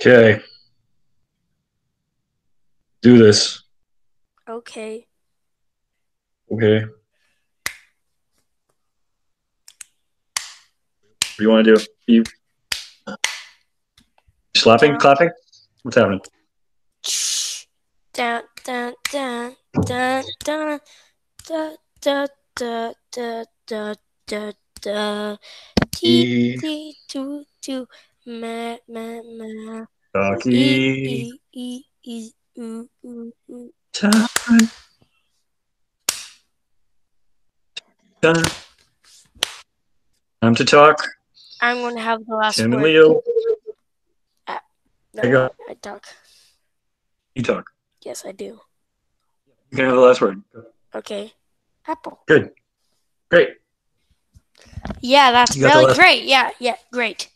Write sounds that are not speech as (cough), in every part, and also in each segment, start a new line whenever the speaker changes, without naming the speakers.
Okay. Do this.
Okay.
Okay. What do you want to do? You slapping,
Uh,
clapping? What's happening?
Dun dun dun dun dun da da da da da da da T
E,
T two two ma ma ma
Ducky.
E E E E ooh ooh ooh
Time. Time. Time to talk.
I'm gonna have the last
Tim and
word. Uh,
Leo,
No,
I got-
I talk.
you talk.
Yes, I do.
You can have the last word.
Okay. Apple.
Good. Great.
Yeah, that's
You got the
really
last-
great. Yeah, yeah, great,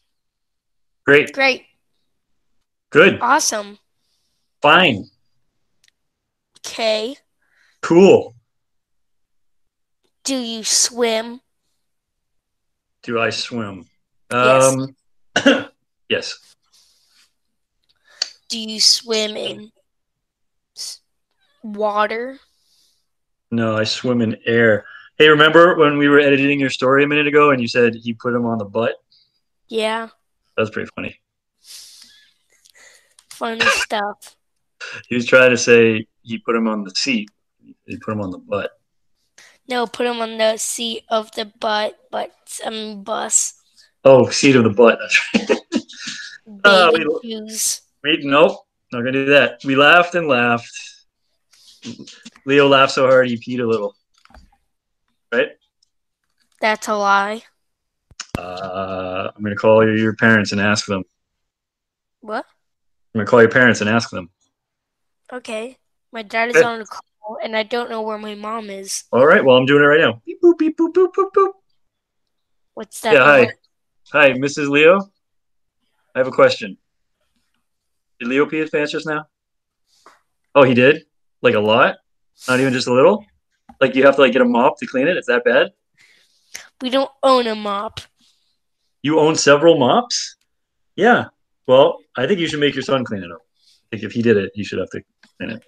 Great.
great,
Good.
awesome.
Fine.
Okay.
Cool.
Do you swim?
Do I swim?
Yes.
Um, (coughs) yes.
Do you swim in s- water?
No, I swim in air. Hey, remember when we were editing your story a minute ago and you said he put him on the butt?
Yeah,
That was pretty funny. (laughs)
funny stuff.
He was trying to say he put him on the seat. He put him on the butt.
No, put him on the seat of the butt, but I mean bus.
Oh, seat of the butt. That's right. (laughs) Oh,
Baby
we-
shoes.
Wait, nope. Not going to do that. We laughed and laughed. Leo laughed so hard he peed a little. Right?
That's a lie.
Uh, I'm going to call your- your parents and ask them.
What?
I'm going to call your parents and ask them.
Okay. My dad is
Okay.
on a call, and I don't know where my mom is.
All right. Well, I'm doing it right now. Beep, boop, beep, boop, boop, boop, boop.
What's that?
Yeah, hi.
noise?
Hi, Mrs. Leo. I have a question. Did Leo pee his pants just now? Oh, he did? Like a lot? Not even just a little? Like you have to like get a mop to clean it? It's that bad?
We don't own a mop.
You own several mops? Yeah. Well, I think you should make your son clean it up. I think if he did it, you should have to clean it.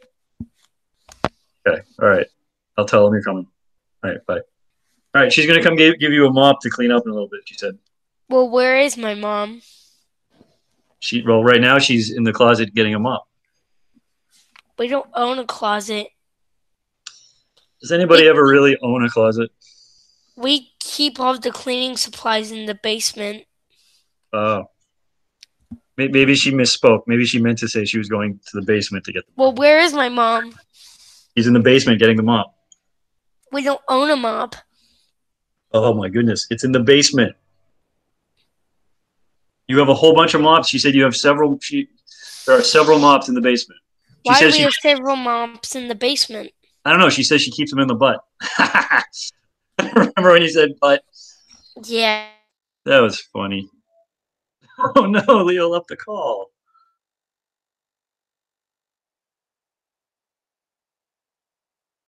Okay. All right. I'll tell him you're coming. All right. Bye. All right. She's going to come give, give you a mop to clean up in a little bit, she said.
Well, where is my mom?
She, well, right now she's in the closet getting a mop.
We don't own a closet.
Does anybody ever really own a closet?
We keep all the cleaning supplies in the basement.
Oh, May- maybe she misspoke. Maybe she meant to say she was going to the basement to get the
Well, where is my mom?
He's in the basement getting the mop.
We don't own a mop.
Oh my goodness, it's in the basement. You have a whole bunch of mops. She said you have several. She, there are several mops in the basement. She
Why do
says
we
she.
have several mops in the basement?
I don't know. She says she keeps them in the butt. (laughs) Remember when you said butt?
Yeah.
(laughs) That was funny. Oh no, Leo left the call.